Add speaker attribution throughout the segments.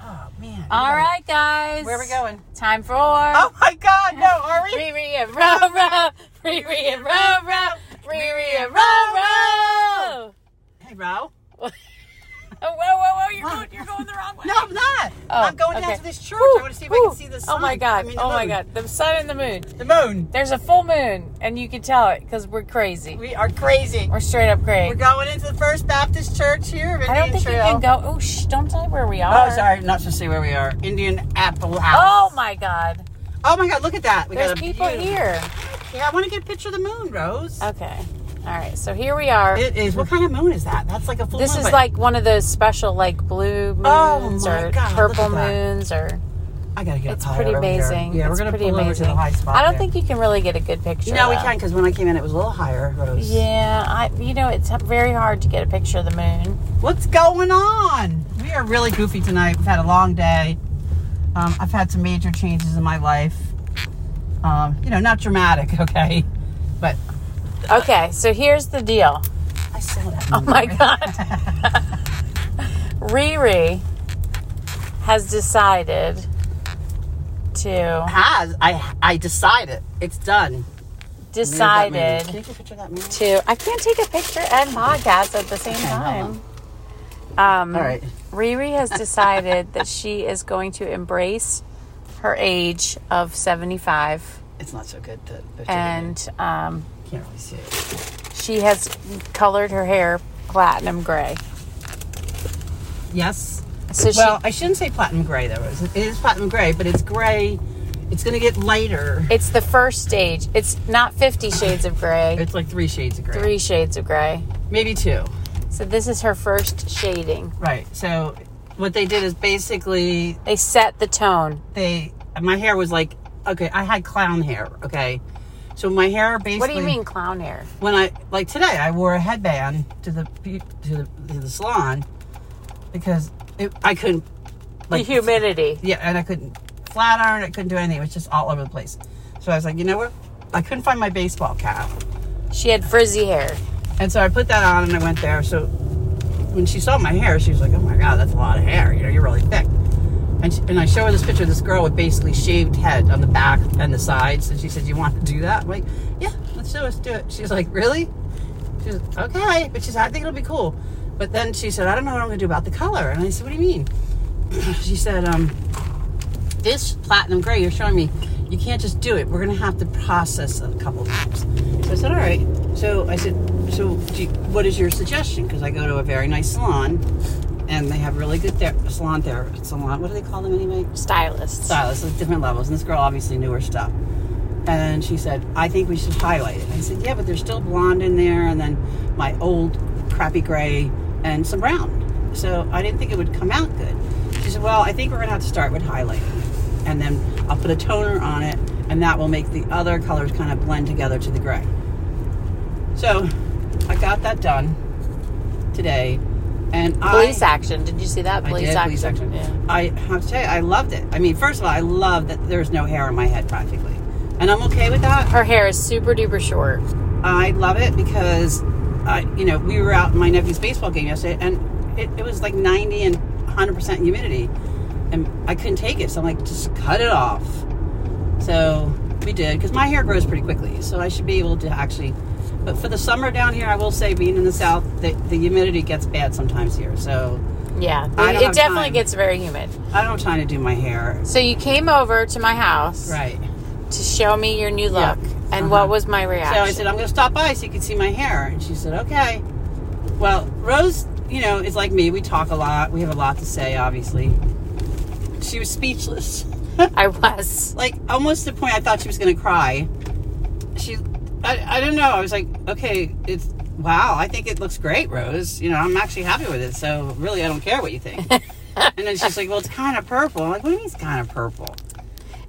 Speaker 1: Oh man.
Speaker 2: All right, guys.
Speaker 1: Where are we going?
Speaker 2: Time for
Speaker 1: Oh my God! No, are we?
Speaker 2: Riri and Ro Ro. Riri and Ro Ro. Riri and Ro Ro.
Speaker 1: Hey, Ro.
Speaker 2: Oh, whoa, whoa, whoa! You're going, you're going the wrong way.
Speaker 1: No, I'm not.
Speaker 2: Oh,
Speaker 1: I'm going
Speaker 2: okay.
Speaker 1: down to this church.
Speaker 2: Whew,
Speaker 1: I want to see if I
Speaker 2: whew.
Speaker 1: can see the sun.
Speaker 2: Oh my god!
Speaker 1: I mean, the
Speaker 2: oh my
Speaker 1: moon.
Speaker 2: god! The sun and the moon.
Speaker 1: The moon.
Speaker 2: There's a full moon, and you can tell it because we're crazy.
Speaker 1: We are crazy.
Speaker 2: We're straight up crazy.
Speaker 1: We're going into the First Baptist Church here. in
Speaker 2: I don't think
Speaker 1: Trail.
Speaker 2: you can go. Oh, shh! Don't tell me where we are.
Speaker 1: Oh, sorry. I'm not supposed to say where we are. Indianapolis.
Speaker 2: Oh my god!
Speaker 1: Oh my God! Look at that. We
Speaker 2: There's
Speaker 1: got a
Speaker 2: people
Speaker 1: beautiful-
Speaker 2: here.
Speaker 1: Yeah, I want to get a picture of the moon, Rose.
Speaker 2: Okay. All right. So here we are.
Speaker 1: It is. What kind of moon is that? That's like a full
Speaker 2: this
Speaker 1: moon.
Speaker 2: is
Speaker 1: but-
Speaker 2: like one of those special, like blue
Speaker 1: Oh
Speaker 2: moons
Speaker 1: my
Speaker 2: or
Speaker 1: God,
Speaker 2: purple
Speaker 1: look at that.
Speaker 2: moons, or
Speaker 1: I gotta get.
Speaker 2: it's
Speaker 1: up higher
Speaker 2: pretty
Speaker 1: over here.
Speaker 2: amazing.
Speaker 1: Yeah,
Speaker 2: it's
Speaker 1: we're gonna
Speaker 2: pretty
Speaker 1: pull over to
Speaker 2: amazing.
Speaker 1: the high spot.
Speaker 2: I don't
Speaker 1: there.
Speaker 2: think you can really get a good picture.
Speaker 1: No, we
Speaker 2: though.
Speaker 1: can because when I came in, it was a little higher, Rose.
Speaker 2: Yeah, I. You know, it's very hard to get a picture of the moon.
Speaker 1: What's going on? We are really goofy tonight. We've had a long day. Um, I've had some major changes in my life. Um, you know, not dramatic, okay? But
Speaker 2: Okay, so here's the deal.
Speaker 1: I saw that.
Speaker 2: Oh my god. Riri has decided to
Speaker 1: Has I? I decided it's done. There's that moon. Can you
Speaker 2: decided
Speaker 1: get a picture of that moon?
Speaker 2: to I can't take a picture and podcast at the same time.
Speaker 1: hold
Speaker 2: Um
Speaker 1: All right.
Speaker 2: Riri has decided that she is going to embrace her age of 75
Speaker 1: It's not so good. That picture.
Speaker 2: and um,
Speaker 1: can't really see it.
Speaker 2: she has colored her hair platinum gray.
Speaker 1: Yes.
Speaker 2: So she
Speaker 1: Well, I shouldn't say platinum gray though. Rose. It is platinum gray, but it's gray. It's gonna get lighter.
Speaker 2: It's the first stage. It's not 50 shades of gray,
Speaker 1: It's like three shades of gray.
Speaker 2: three shades of gray.
Speaker 1: Maybe two.
Speaker 2: So this is her first shading.
Speaker 1: Right. So what they did is basically
Speaker 2: They set the tone.
Speaker 1: they my hair was like okay, I had clown hair, okay? So my hair basically
Speaker 2: What do you mean clown hair?
Speaker 1: when I like today I wore a headband to the pe- to the, to the salon because it, I couldn't like
Speaker 2: the humidity.
Speaker 1: yeah, and I couldn't flat iron, I couldn't do anything. It was just all over the place. So I was like, you know what? I couldn't find my baseball cap.
Speaker 2: She had frizzy hair.
Speaker 1: And so I put that on and I went there. So when she saw my hair, she was like, "Oh my god, that's a lot of hair. You know, you're really thick." And, she, and I show her this picture of this girl with basically shaved head on the back and the sides, and she said, "You want to do that?" I'm like, "Yeah, let's do it. Let's do it." She's like, "Really?" She's okay, but she said, "I think it'll be cool." But then she said, "I don't know what I'm going to do about the color." And I said, "What do you mean?" she said, um, "This platinum gray you're showing me, you can't just do it. We're going to have to process a couple times." So I said, "All right." So I said, "So do you, what is your suggestion?" Because I go to a very nice salon, and they have really good ther- salon there. Salon, what do they call them anyway?
Speaker 2: Stylist.
Speaker 1: stylists at different levels, and this girl obviously knew her stuff. And she said, I think we should highlight it. I said, Yeah, but there's still blonde in there, and then my old crappy gray and some brown. So I didn't think it would come out good. She said, Well, I think we're going to have to start with highlighting. And then I'll put a toner on it, and that will make the other colors kind of blend together to the gray. So I got that done today. And
Speaker 2: Police
Speaker 1: I,
Speaker 2: action. Did you see that?
Speaker 1: I
Speaker 2: Police
Speaker 1: did,
Speaker 2: action.
Speaker 1: police action.
Speaker 2: Yeah.
Speaker 1: I have to tell you, I loved it. I mean, first of all, I love that there's no hair on my head practically, and I'm okay with that.
Speaker 2: Her hair is super duper short.
Speaker 1: I love it because, I, you know, we were out in my nephew's baseball game yesterday, and it, it was like 90 and 100 percent humidity, and I couldn't take it. So I'm like, just cut it off. So we did because my hair grows pretty quickly, so I should be able to actually. But for the summer down here, I will say, being in the south, the, the humidity gets bad sometimes here. So
Speaker 2: Yeah.
Speaker 1: I don't
Speaker 2: It
Speaker 1: have
Speaker 2: definitely
Speaker 1: time.
Speaker 2: gets very humid.
Speaker 1: I don't have time to do my hair.
Speaker 2: So you came over to my house
Speaker 1: Right.
Speaker 2: to show me your new
Speaker 1: Yeah.
Speaker 2: look.
Speaker 1: Uh-huh.
Speaker 2: And what was my
Speaker 1: So I
Speaker 2: reaction?
Speaker 1: said, I'm going to stop by so you can see my hair. And she said, okay. Well, Rose, you know, is like me. We talk a lot. We have a lot to say, obviously. She was speechless.
Speaker 2: I was.
Speaker 1: Like, almost to the point I thought she was going to cry. She, I, I don't know. I was like, okay, it's, wow, I think it looks great, Rose. You know, I'm actually happy with it. So really, I don't care what you think. and then she's like, well, it's kind of purple. I'm like, what do you mean it's kind of purple?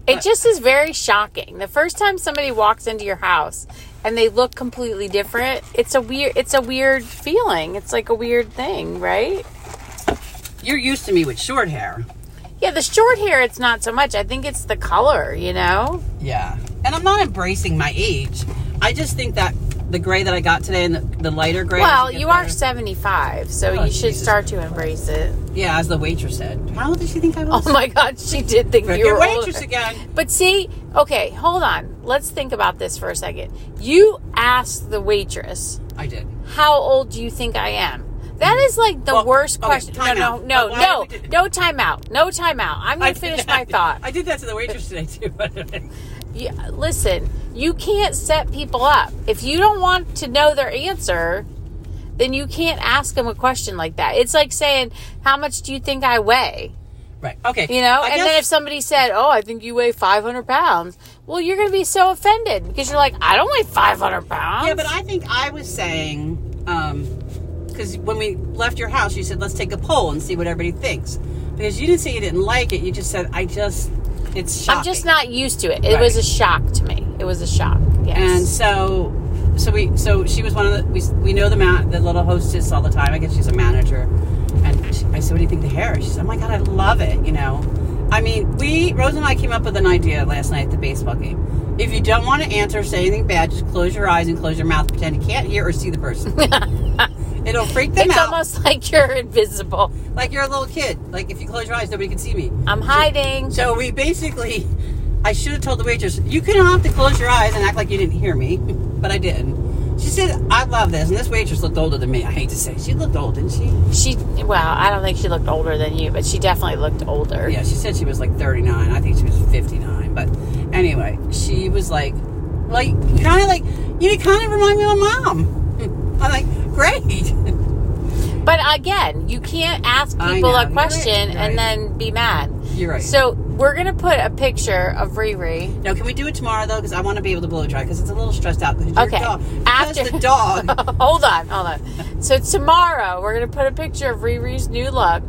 Speaker 2: It just is very shocking. The first time somebody walks into your house and they look completely different, it's a weird it's a weird feeling. It's like a weird thing, right?
Speaker 1: You're used to me with short hair.
Speaker 2: Yeah, the short hair it's not so much. I think it's the color, you know?
Speaker 1: Yeah. And I'm not embracing my age. I just think that the gray that I got today and the, the lighter gray.
Speaker 2: Well,
Speaker 1: should get
Speaker 2: you are
Speaker 1: better.
Speaker 2: 75, so
Speaker 1: Oh,
Speaker 2: you should
Speaker 1: Jesus.
Speaker 2: start to embrace it.
Speaker 1: Yeah, as the waitress said. How old did she think I was?
Speaker 2: Oh my God, she did think you
Speaker 1: Frickin'
Speaker 2: were
Speaker 1: waitress
Speaker 2: older.
Speaker 1: again.
Speaker 2: But see, okay, hold on. Let's think about this for a second. You asked the waitress,
Speaker 1: I did.
Speaker 2: "How old do you think I am?" That is like the
Speaker 1: Well,
Speaker 2: worst
Speaker 1: okay,
Speaker 2: question.
Speaker 1: time
Speaker 2: no,
Speaker 1: out. But
Speaker 2: no, no,
Speaker 1: why
Speaker 2: no,
Speaker 1: did we do-
Speaker 2: no time out. No time out. I'm
Speaker 1: I
Speaker 2: gonna
Speaker 1: did
Speaker 2: finish
Speaker 1: that-
Speaker 2: my thought.
Speaker 1: I did that to the waitress today too. by the way.
Speaker 2: Yeah, listen, you can't set people up. If you don't want to know their answer, then you can't ask them a question like that. It's like saying, "How much do you think I weigh?"
Speaker 1: right. Okay.
Speaker 2: You know,
Speaker 1: I
Speaker 2: and
Speaker 1: guess-
Speaker 2: then if somebody said, "Oh, I think you weigh 500 pounds," well, you're going to be so offended because you're like, "I don't weigh 500 pounds."
Speaker 1: Yeah, but I think I was saying, because when we left your house, you said let's take a poll and see what everybody thinks. Because you didn't say you didn't like it. You just said I just it's shocking.
Speaker 2: am just not used to it. It was a
Speaker 1: Right.
Speaker 2: shock to me. It was a shock.
Speaker 1: And
Speaker 2: Yes.
Speaker 1: so, so we so she was one of the we, we know the ma- the little hostess all the time. I guess she's a manager. And she, I said, what do you think of the hair? She said, oh my god, I love it. You know, I mean, we Rose and I came up with an idea last night at the baseball game. If you don't want to answer, or say anything bad, just close your eyes and close your mouth, pretend you can't hear or see the person. It'll freak them
Speaker 2: it's
Speaker 1: out.
Speaker 2: almost like you're invisible.
Speaker 1: like you're a little kid. Like if you close your eyes, nobody can see me.
Speaker 2: I'm hiding.
Speaker 1: So we basically, I should have told the waitress, you can have to close your eyes and act like you didn't hear me, but I didn't. She said, I love this, and this waitress looked older than me. I hate to say, she looked old, didn't she?
Speaker 2: She well, I don't think she looked older than you, but she definitely looked older.
Speaker 1: Yeah, she said she was like 39. I think she was 59. But anyway, she was like, like kind of like you kind of remind me of my mom. I'm like, great.
Speaker 2: But again, you can't ask
Speaker 1: I
Speaker 2: people
Speaker 1: know.
Speaker 2: a
Speaker 1: You're
Speaker 2: question
Speaker 1: right. Right.
Speaker 2: and then be mad.
Speaker 1: You're right.
Speaker 2: So, we're going to put a picture of Riri.
Speaker 1: No, can we do it tomorrow though? Because I want to be able to blow dry because it's a little stressed out. 'cause your
Speaker 2: Okay.
Speaker 1: dog-
Speaker 2: After-
Speaker 1: because the dog
Speaker 2: hold on, hold on. So tomorrow we're gonna put a picture of Riri's new look,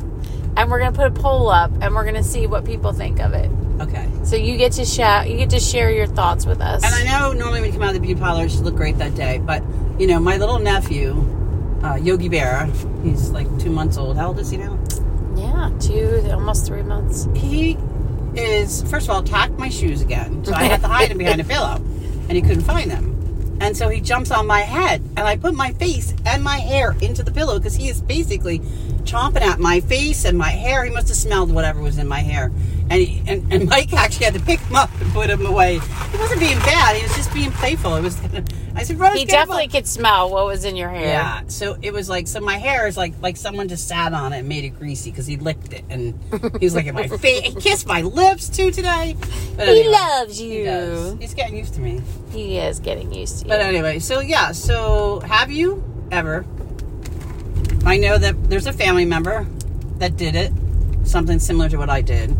Speaker 2: and we're gonna put a poll up, and we're gonna see what people think of it.
Speaker 1: Okay.
Speaker 2: So you get to shout, you get to share your thoughts with us.
Speaker 1: And I know normally when you come out of the beauty parlor, she looked great that day. But you know, my little nephew, uh, Yogi Berra, he's like two months old. How old is he now?
Speaker 2: yeah, two, almost three months.
Speaker 1: He is first of all tacked my shoes again, so I had to hide him behind a pillow, and he couldn't find them. And so he jumps on my head, and I put my face and my hair into the pillow because he is basically chomping at my face and my hair. He must have smelled whatever was in my hair. And, he, and and Mike actually had to pick him up and put him away. He wasn't being bad. He was just being playful. It was. I said, Rose,
Speaker 2: He
Speaker 1: get him
Speaker 2: definitely
Speaker 1: up."
Speaker 2: could smell what was in your hair.
Speaker 1: Yeah. So it was like so my hair is like like someone just sat on it and made it greasy because he licked it and he was like at my face. He kissed my lips too today. But
Speaker 2: He
Speaker 1: anyway,
Speaker 2: loves you.
Speaker 1: He does. He's getting used to me.
Speaker 2: He is getting used to you.
Speaker 1: But anyway, so yeah. So have you ever? I know that there's a family member that did it, something similar to what I did,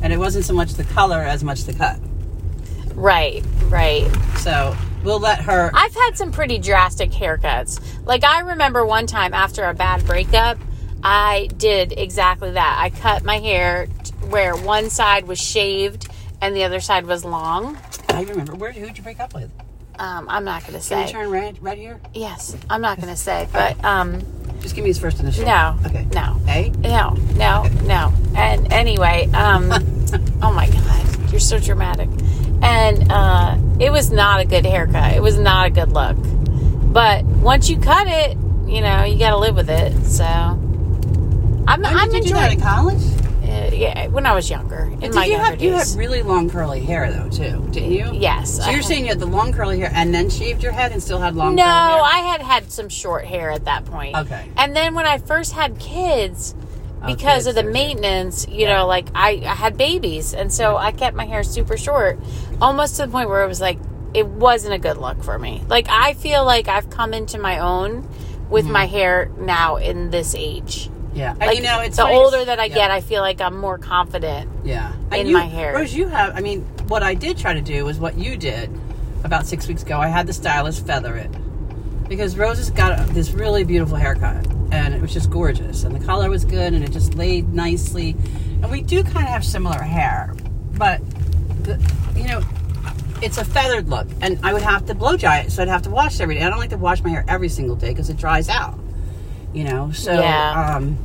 Speaker 1: and it wasn't so much the color as much the cut. uh,
Speaker 2: right, right.
Speaker 1: So we'll let her.
Speaker 2: I've had some pretty drastic haircuts. Like I remember one time after a bad breakup, I did exactly that. I cut my hair t- where one side was shaved and the other side was long.
Speaker 1: I remember where who'd you break up with?
Speaker 2: Um, I'm not gonna
Speaker 1: Can you
Speaker 2: say.
Speaker 1: turn red red here?
Speaker 2: Yes, I'm not gonna say. But um,
Speaker 1: Just give me his first initial.
Speaker 2: no,
Speaker 1: Okay.
Speaker 2: no,
Speaker 1: A.
Speaker 2: no, no, no. And anyway, um, oh my god, you're so dramatic. And uh, it was not a good haircut. It was not a good look. But once you cut it, you know you got to live with it. So I'm,
Speaker 1: When
Speaker 2: I'm
Speaker 1: did you do that
Speaker 2: enjoying.
Speaker 1: in college?
Speaker 2: Uh, yeah, when I was younger, in
Speaker 1: Did
Speaker 2: my
Speaker 1: you
Speaker 2: younger
Speaker 1: have you had
Speaker 2: days.
Speaker 1: really long curly hair though too? Didn't you?
Speaker 2: yes.
Speaker 1: So
Speaker 2: I
Speaker 1: you're
Speaker 2: had-
Speaker 1: saying you had the long curly hair and then shaved your head and still had long
Speaker 2: No,
Speaker 1: curly hair?
Speaker 2: I had had some short hair at that point.
Speaker 1: Okay.
Speaker 2: And then when I first had kids,
Speaker 1: Oh,
Speaker 2: because
Speaker 1: kids,
Speaker 2: of the
Speaker 1: okay.
Speaker 2: maintenance, you
Speaker 1: Yeah.
Speaker 2: know, like I, I had babies, and so I kept my hair super short, almost to the point where it was like it wasn't a good look for me. Like I feel like I've come into my own with my hair now in this age.
Speaker 1: Yeah. And
Speaker 2: Like
Speaker 1: Mm-hmm. you know, it's
Speaker 2: the
Speaker 1: funny-
Speaker 2: older that I
Speaker 1: yeah,
Speaker 2: get, I feel like I'm more confident.
Speaker 1: yeah. And
Speaker 2: in
Speaker 1: you-
Speaker 2: my hair.
Speaker 1: Rose, you have I mean, what I did try to do was what you did about six weeks ago. I had the stylist feather it. Because Rose has got this really beautiful haircut and it was just gorgeous and the color was good and it just laid nicely. And we do kind of have similar hair, but the, you know, it's a feathered look, and I would have to blow dry it, so I'd have to wash it every day. I don't like to wash my hair um, every single day because it dries out, you know. So,
Speaker 2: Yeah.
Speaker 1: um,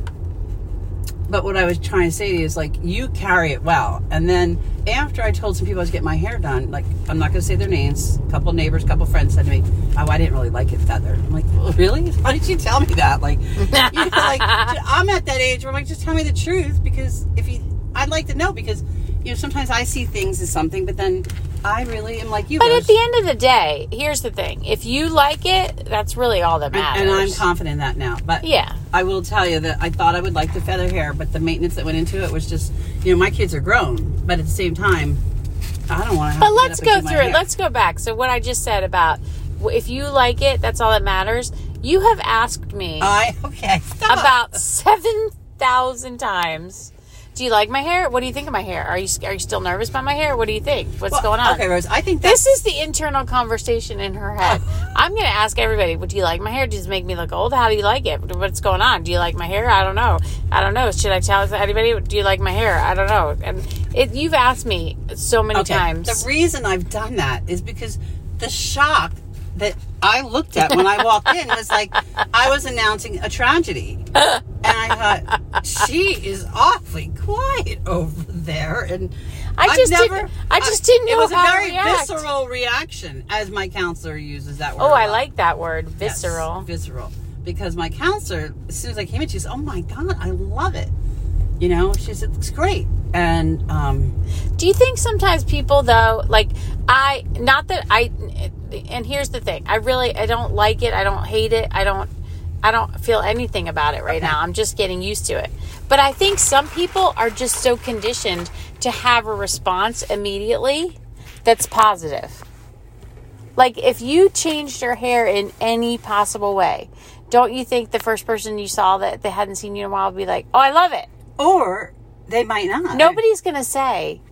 Speaker 1: But what I was trying to say to you is like you carry it well. And then after I told some people I was getting my hair done, like I'm not gonna say their names, a couple neighbors, a couple friends said to me, Oh, I didn't really like it feathered. I'm like, well, really? Why did you tell me that? Like, you know, like I'm at that age where I'm like, just tell me the truth because if you I'd like to know because you know, sometimes I see things as something, but then I really am like you.
Speaker 2: But at
Speaker 1: Rose.
Speaker 2: the end of the day, here's the thing: if you like it, that's really all that matters.
Speaker 1: and, and I'm confident in that now. But
Speaker 2: Yeah.
Speaker 1: I will tell you that I thought I would like the feather hair, but the maintenance that went into it was just, you know, my kids are grown, but at the same time, I don't want to.
Speaker 2: But let's go through it. Let's go back. So what I just said about w- if you like it, that's all that matters. You have asked me
Speaker 1: I okay. Stop.
Speaker 2: about seven thousand times. Do you like my hair? What do you think of my hair? Are you are you still nervous about my hair? What do you think? What's
Speaker 1: Well,
Speaker 2: going on?
Speaker 1: Okay, Rose. I think that's
Speaker 2: This is the internal conversation in her head. I'm going to ask everybody, "What do you like my hair? Does it make me look old? How do you like it? What's going on? Do you like my hair? I don't know. I don't know. Should I tell anybody? Do you like my hair? I don't know." And it, you've asked me so many
Speaker 1: okay.
Speaker 2: times.
Speaker 1: The reason I've done that is because the shock that I looked at when I walked in was like I was announcing a tragedy. And I thought, she is awfully quiet over there. And
Speaker 2: I
Speaker 1: I've
Speaker 2: just
Speaker 1: never-
Speaker 2: didn't- I just didn't
Speaker 1: It
Speaker 2: know
Speaker 1: was a
Speaker 2: how to
Speaker 1: very
Speaker 2: react.
Speaker 1: visceral reaction, as my counselor uses that word.
Speaker 2: Oh,
Speaker 1: a
Speaker 2: I
Speaker 1: lot.
Speaker 2: like that word,
Speaker 1: Uh, Yes,
Speaker 2: visceral.
Speaker 1: visceral. Because my counselor, as soon as I came in, she says, "Oh my god, I love it." You know, she said, "It's great." And um,
Speaker 2: Do you think sometimes people though, like I, not that I, and here's the thing, I really, I don't like it, I don't hate it, I don't, I don't feel anything about it right now. I'm just getting used to it. But I think some people are just so conditioned to have a response immediately that's positive. Like if you changed your hair in any possible way, don't you think the first person you saw that they hadn't seen you in a while would be like, "Oh, I love it."
Speaker 1: or they might not.
Speaker 2: Nobody's gonna say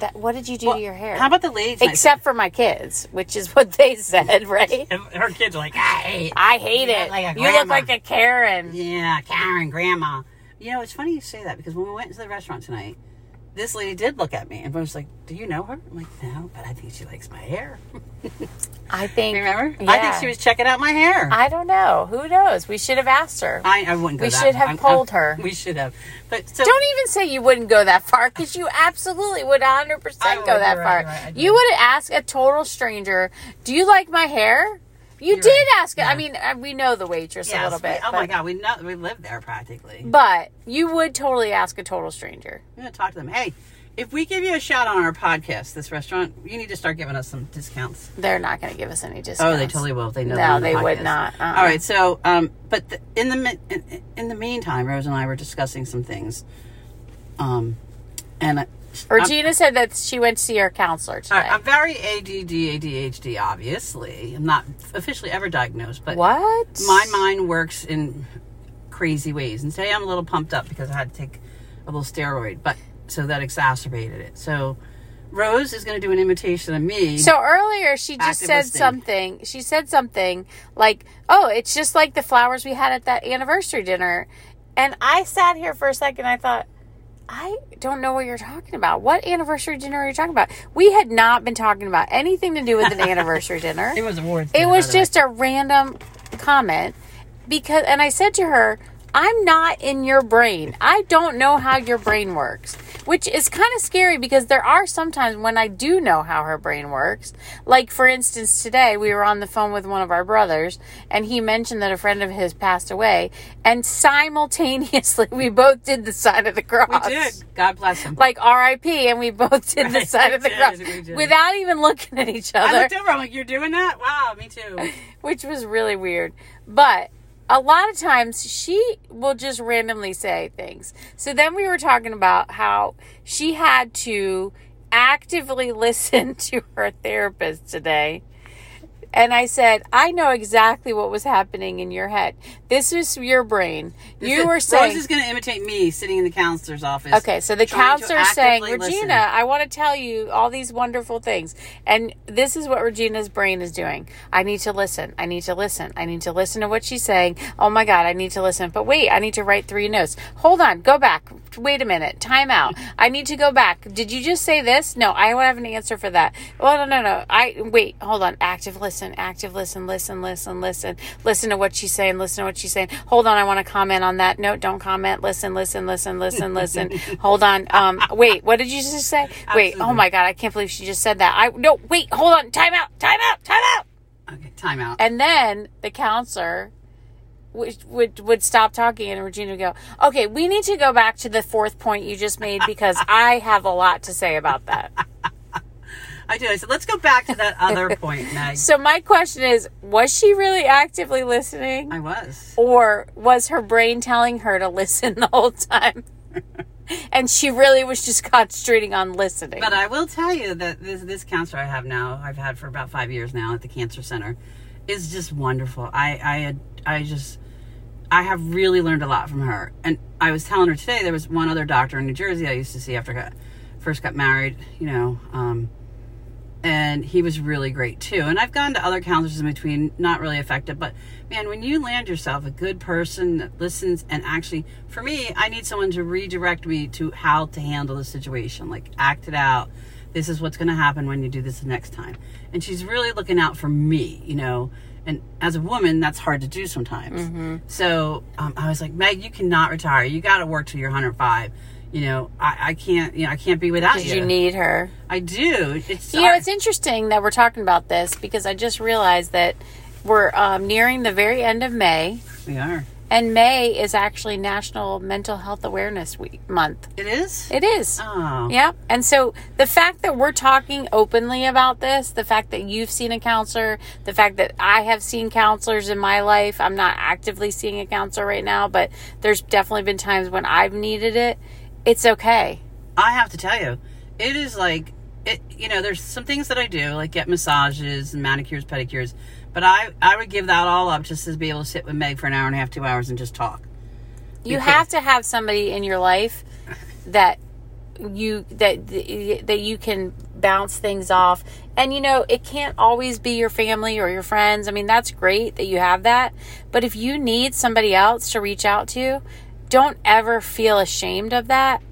Speaker 2: that. What did you do
Speaker 1: Well,
Speaker 2: to your hair?
Speaker 1: How about the ladies? tonight?
Speaker 2: Except for my kids, which is what they said, right?
Speaker 1: her kids, are like, "Hey,
Speaker 2: I hate
Speaker 1: You
Speaker 2: it.
Speaker 1: look like a
Speaker 2: you look
Speaker 1: grandma."
Speaker 2: like a Karen.
Speaker 1: yeah, Karen, Grandma." You know, it's funny you say that because when we went to the restaurant tonight, this lady did look at me and was like, "Do you know her?" I'm like, "No, but I think she likes my hair."
Speaker 2: I think.
Speaker 1: Remember?
Speaker 2: Yeah.
Speaker 1: I think she was checking out my hair.
Speaker 2: I don't know. Who knows? We should have asked her.
Speaker 1: I, I wouldn't go
Speaker 2: We
Speaker 1: that
Speaker 2: should have
Speaker 1: I'm-
Speaker 2: polled
Speaker 1: I'm-
Speaker 2: her.
Speaker 1: We should have. But so
Speaker 2: don't even say you wouldn't go that far because you absolutely would 100%
Speaker 1: I
Speaker 2: go
Speaker 1: would,
Speaker 2: that
Speaker 1: you're right,
Speaker 2: far.
Speaker 1: you're right, I
Speaker 2: you
Speaker 1: do.
Speaker 2: would ask a total stranger, Do you like my hair? You
Speaker 1: You're
Speaker 2: did
Speaker 1: right,
Speaker 2: ask. I mean, uh, we know the waitress
Speaker 1: yes,
Speaker 2: a little bit.
Speaker 1: We, oh
Speaker 2: but,
Speaker 1: my god, we know, we live there practically.
Speaker 2: But you would totally ask a total stranger.
Speaker 1: I'm gonna talk to them. Hey, if we give you a shout on our podcast, this restaurant, you need to start giving us some discounts.
Speaker 2: They're not going to give us any discounts.
Speaker 1: Oh, they totally will. if They know.
Speaker 2: No,
Speaker 1: they're on the
Speaker 2: they would
Speaker 1: podcast.
Speaker 2: not. Uh-uh.
Speaker 1: All right. So, um, but the, in the mi- in, in the meantime, Rose and I were discussing some things. Um, and I-
Speaker 2: Regina said that she went to see her counselor today.
Speaker 1: I'm, all right, I'm very ADD, ADHD. Obviously, I'm not officially ever diagnosed, but
Speaker 2: what?
Speaker 1: my mind works in crazy ways. And today I'm a little pumped up because I had to take a little steroid, but so that exacerbated it. So Rose is going to do an imitation of me.
Speaker 2: So earlier she just
Speaker 1: Active
Speaker 2: said
Speaker 1: listening.
Speaker 2: something. She said something like, "Oh, it's just like the flowers we had at that anniversary dinner." And I sat here for a second. I thought, I don't know what you're talking about. What anniversary dinner are you talking about? We had not been talking about anything to do with an anniversary dinner.
Speaker 1: it was awards.
Speaker 2: It
Speaker 1: dinner,
Speaker 2: was
Speaker 1: by the way.
Speaker 2: just a random comment because, and I said to her, I'm not in your brain. I don't know how your brain works, which is kind of scary because there are sometimes when I do know how her brain works. Like, for instance, today we were on the phone with one of our brothers and he mentioned that a friend of his passed away, and simultaneously we both did the sign of the cross.
Speaker 1: We did. God bless him.
Speaker 2: Like RIP, and we both did the
Speaker 1: Right,
Speaker 2: sign
Speaker 1: we
Speaker 2: of the
Speaker 1: did,
Speaker 2: cross
Speaker 1: we did.
Speaker 2: without even looking at each other
Speaker 1: I looked over. I'm like, you're doing that? Wow, me too.
Speaker 2: which was really weird. But a lot of times she will just randomly say things. So then we were talking about how she had to actively listen to her therapist today. And I said, I know exactly what was happening in your head. This was your brain. you were saying,
Speaker 1: Rose is going to imitate me sitting in the counselor's office.
Speaker 2: Okay, so the
Speaker 1: trying to
Speaker 2: counselor's saying,
Speaker 1: actively listen.
Speaker 2: Regina, I want to tell you all these wonderful things. And this is what Regina's brain is doing. I need to listen. I need to listen. I need to listen to what she's saying. Oh my God, I need to listen. But wait, I need to write three notes. Hold on, go back. wait a minute, time out. I need to go back. Did you just say this? No, I don't have an answer for that. Oh no, no, no. I wait, hold on. Active listen, active listen, listen, listen, listen, listen to what she's saying, listen to what she's saying. Hold on, I want to comment on that. No, don't comment. Listen, listen, listen, listen, listen. hold on. Um, wait, what did you just say? Wait, oh my god, I can't believe she just said that. I no, wait, hold on, time out, time out, time out.
Speaker 1: Okay, time out.
Speaker 2: And then the counselor would, would would stop talking, and Regina would go, "Okay, we need to go back to the fourth point you just made because I have a lot to say about that."
Speaker 1: I did. I said, let's go back to that other point, Meg.
Speaker 2: So my question is, was she really actively listening,
Speaker 1: I was.
Speaker 2: or was her brain telling her to listen the whole time? And she really was just concentrating on listening.
Speaker 1: But I will tell you that this this counselor I have now, I've had for about five years now at the cancer center, is just wonderful. I I had- I just I have really learned a lot from her. And I was telling her today there was one other doctor in New Jersey I used to see after I got, first got married. You know, um, and he was really great too. And I've gone to other counselors in between, not really effective. But man, when you land yourself a good person that listens and actually, for me, I need someone to redirect me to how to handle the situation, like act it out. This is what's going to happen when you do this the next time. And she's really looking out for me, you know. And as a woman, that's hard to do sometimes.
Speaker 2: Mm-hmm.
Speaker 1: So um, I was like, Meg, you cannot retire. You got to work till you're 105. You know, I, I can't. You know, I can't be without
Speaker 2: Did
Speaker 1: you.
Speaker 2: you need her?
Speaker 1: I do. It's
Speaker 2: You know,
Speaker 1: hard.
Speaker 2: it's interesting that we're talking about this because I just realized that we're um, nearing the very end of May,
Speaker 1: We are.
Speaker 2: and May is actually National Mental Health Awareness Week month.
Speaker 1: It is?
Speaker 2: It is.
Speaker 1: oh.
Speaker 2: Yep. And so the fact that we're talking openly about this, the fact that you've seen a counselor, the fact that I have seen counselors in my life, I'm not actively seeing a counselor right now, but there's definitely been times when I've needed it. It's okay.
Speaker 1: I have to tell you, it is like it. You know, there's some things that I do, like get massages and manicures, pedicures, but I I would give that all up just to be able to sit with Meg for an hour and a half, two hours, and just talk.
Speaker 2: you
Speaker 1: Because-
Speaker 2: have to have somebody in your life that you that that you can bounce things off and you know it can't always be your family or your friends i mean that's great that you have that but if you need somebody else to reach out to don't ever feel ashamed of that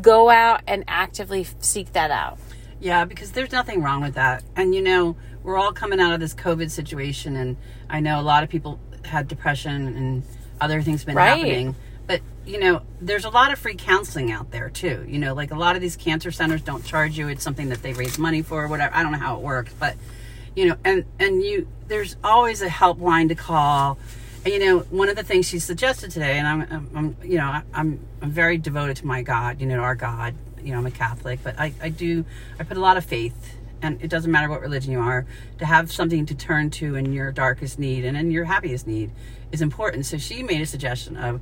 Speaker 2: go out and actively seek that out
Speaker 1: Yeah, because there's nothing wrong with that. And you know, we're all coming out of this COVID situation, and I know a lot of people had depression and other things been
Speaker 2: Right.
Speaker 1: happening. But you know, there's a lot of free counseling out there too. You know, like a lot of these cancer centers don't charge you; it's something that they raise money for, or whatever. I don't know how it works, but you know, and and you there's always a helpline to call. And, you know, one of the things she suggested today, and I'm, I'm, I'm you know, I- I'm, I'm very devoted to my God, you know, our God. You know, I'm a Catholic, but I, I do, I put a lot of faith, and it doesn't matter what religion you are, to have something to turn to in your darkest need and in your happiest need is important. So she made a suggestion of,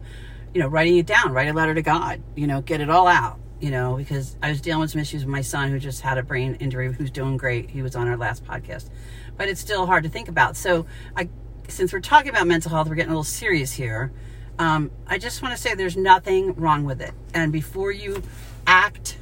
Speaker 1: you know, writing it down, write a letter to God, you know, get it all out, you know, because I was dealing with some issues with my son who just had a brain injury, who's doing great. He was on our last podcast, but it's still hard to think about. So I, since we're talking about mental health, we're getting a little serious here. Um, I just want to say there's nothing wrong with it. And before you act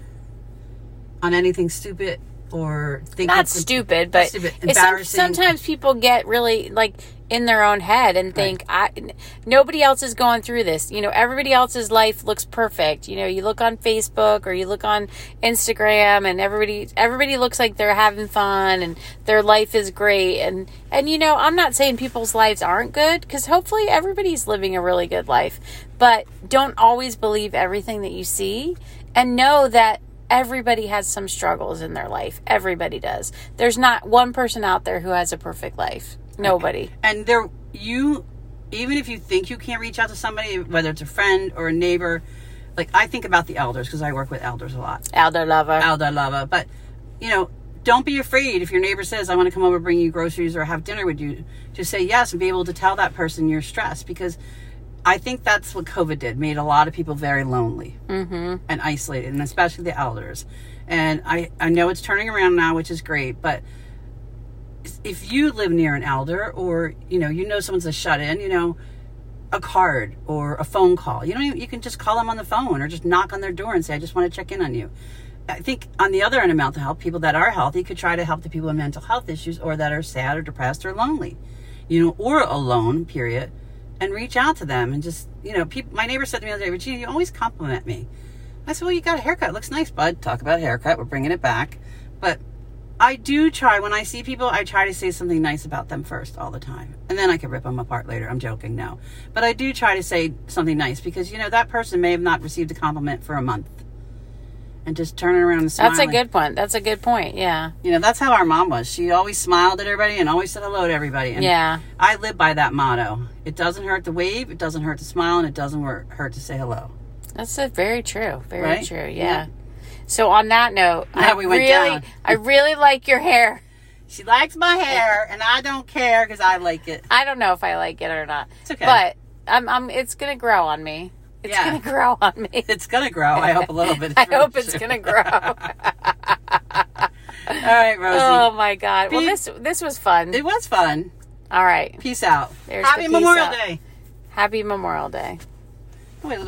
Speaker 1: on anything stupid or think
Speaker 2: not
Speaker 1: it's-
Speaker 2: stupid, but
Speaker 1: stupid,
Speaker 2: it's some-
Speaker 1: embarrassing.
Speaker 2: sometimes people get really like in their own head and think I n- nobody else is going through this. You know, everybody else's life looks perfect. You know, you look on Facebook or you look on Instagram and everybody everybody looks like they're having fun and their life is great and and you know, I'm not saying people's lives aren't good cuz hopefully everybody's living a really good life. But don't always believe everything that you see and know that everybody has some struggles in their life. Everybody does. There's not one person out there who has a perfect life. Nobody.
Speaker 1: and there you even if you think you can't reach out to somebody whether it's a friend or a neighbor like i think about the elders because i work with elders a lot
Speaker 2: Aldo lover.
Speaker 1: elder lover but you know don't be afraid if your neighbor says i want to come over bring you groceries or have dinner with you to say yes and be able to tell that person you're stressed because i think that's what covid did made a lot of people very lonely mm-hmm. and isolated and especially the elders and I, I know it's turning around now which is great but if you live near an elder or you know you know someone's a shut in you know a card or a phone call you don't even, you can just call them on the phone or just knock on their door and say i just want to check in on you i think on the other end of mental health people that are healthy could try to help the people with mental health issues or that are sad or depressed or lonely you know or alone period and reach out to them and just you know peop my neighbor said to me the other day regina you always compliment me I said, well, you got a haircut. It looks nice, bud. Talk about haircut. We're bringing it back. But I do try, when I see people, I try to say something nice about them first all the time. And then I can rip them apart later. I'm joking, no. But I do try to say something nice because, you know, that person may have not received a compliment for a month. And just turning around and smiling.
Speaker 2: That's a good one. That's a good point. Yeah.
Speaker 1: You know, that's how our mom was. She always smiled at everybody and always said hello to everybody. And
Speaker 2: Yeah.
Speaker 1: I live by that motto. It doesn't hurt to wave, it doesn't hurt to smile, and it doesn't wor- hurt to say hello.
Speaker 2: That's a very true. Very
Speaker 1: Right?
Speaker 2: true.
Speaker 1: Yeah.
Speaker 2: Yeah. So on that note,
Speaker 1: Now
Speaker 2: I
Speaker 1: we went
Speaker 2: really,
Speaker 1: down.
Speaker 2: I really like your hair.
Speaker 1: She likes my hair, and I don't care because I like it.
Speaker 2: I don't know if I like it or not.
Speaker 1: It's okay.
Speaker 2: But I'm, I'm, it's gonna grow on me. It's
Speaker 1: Yeah.
Speaker 2: gonna grow on me.
Speaker 1: It's gonna grow. I hope a little bit.
Speaker 2: I
Speaker 1: for
Speaker 2: hope it's
Speaker 1: sure.
Speaker 2: gonna grow.
Speaker 1: All right, Rosie.
Speaker 2: oh my god. Well,
Speaker 1: Be-
Speaker 2: this this was fun.
Speaker 1: It was fun.
Speaker 2: All right.
Speaker 1: Peace out.
Speaker 2: There's
Speaker 1: Happy
Speaker 2: the peace
Speaker 1: Memorial
Speaker 2: out.
Speaker 1: Day.
Speaker 2: Happy Memorial Day.
Speaker 1: Wait a little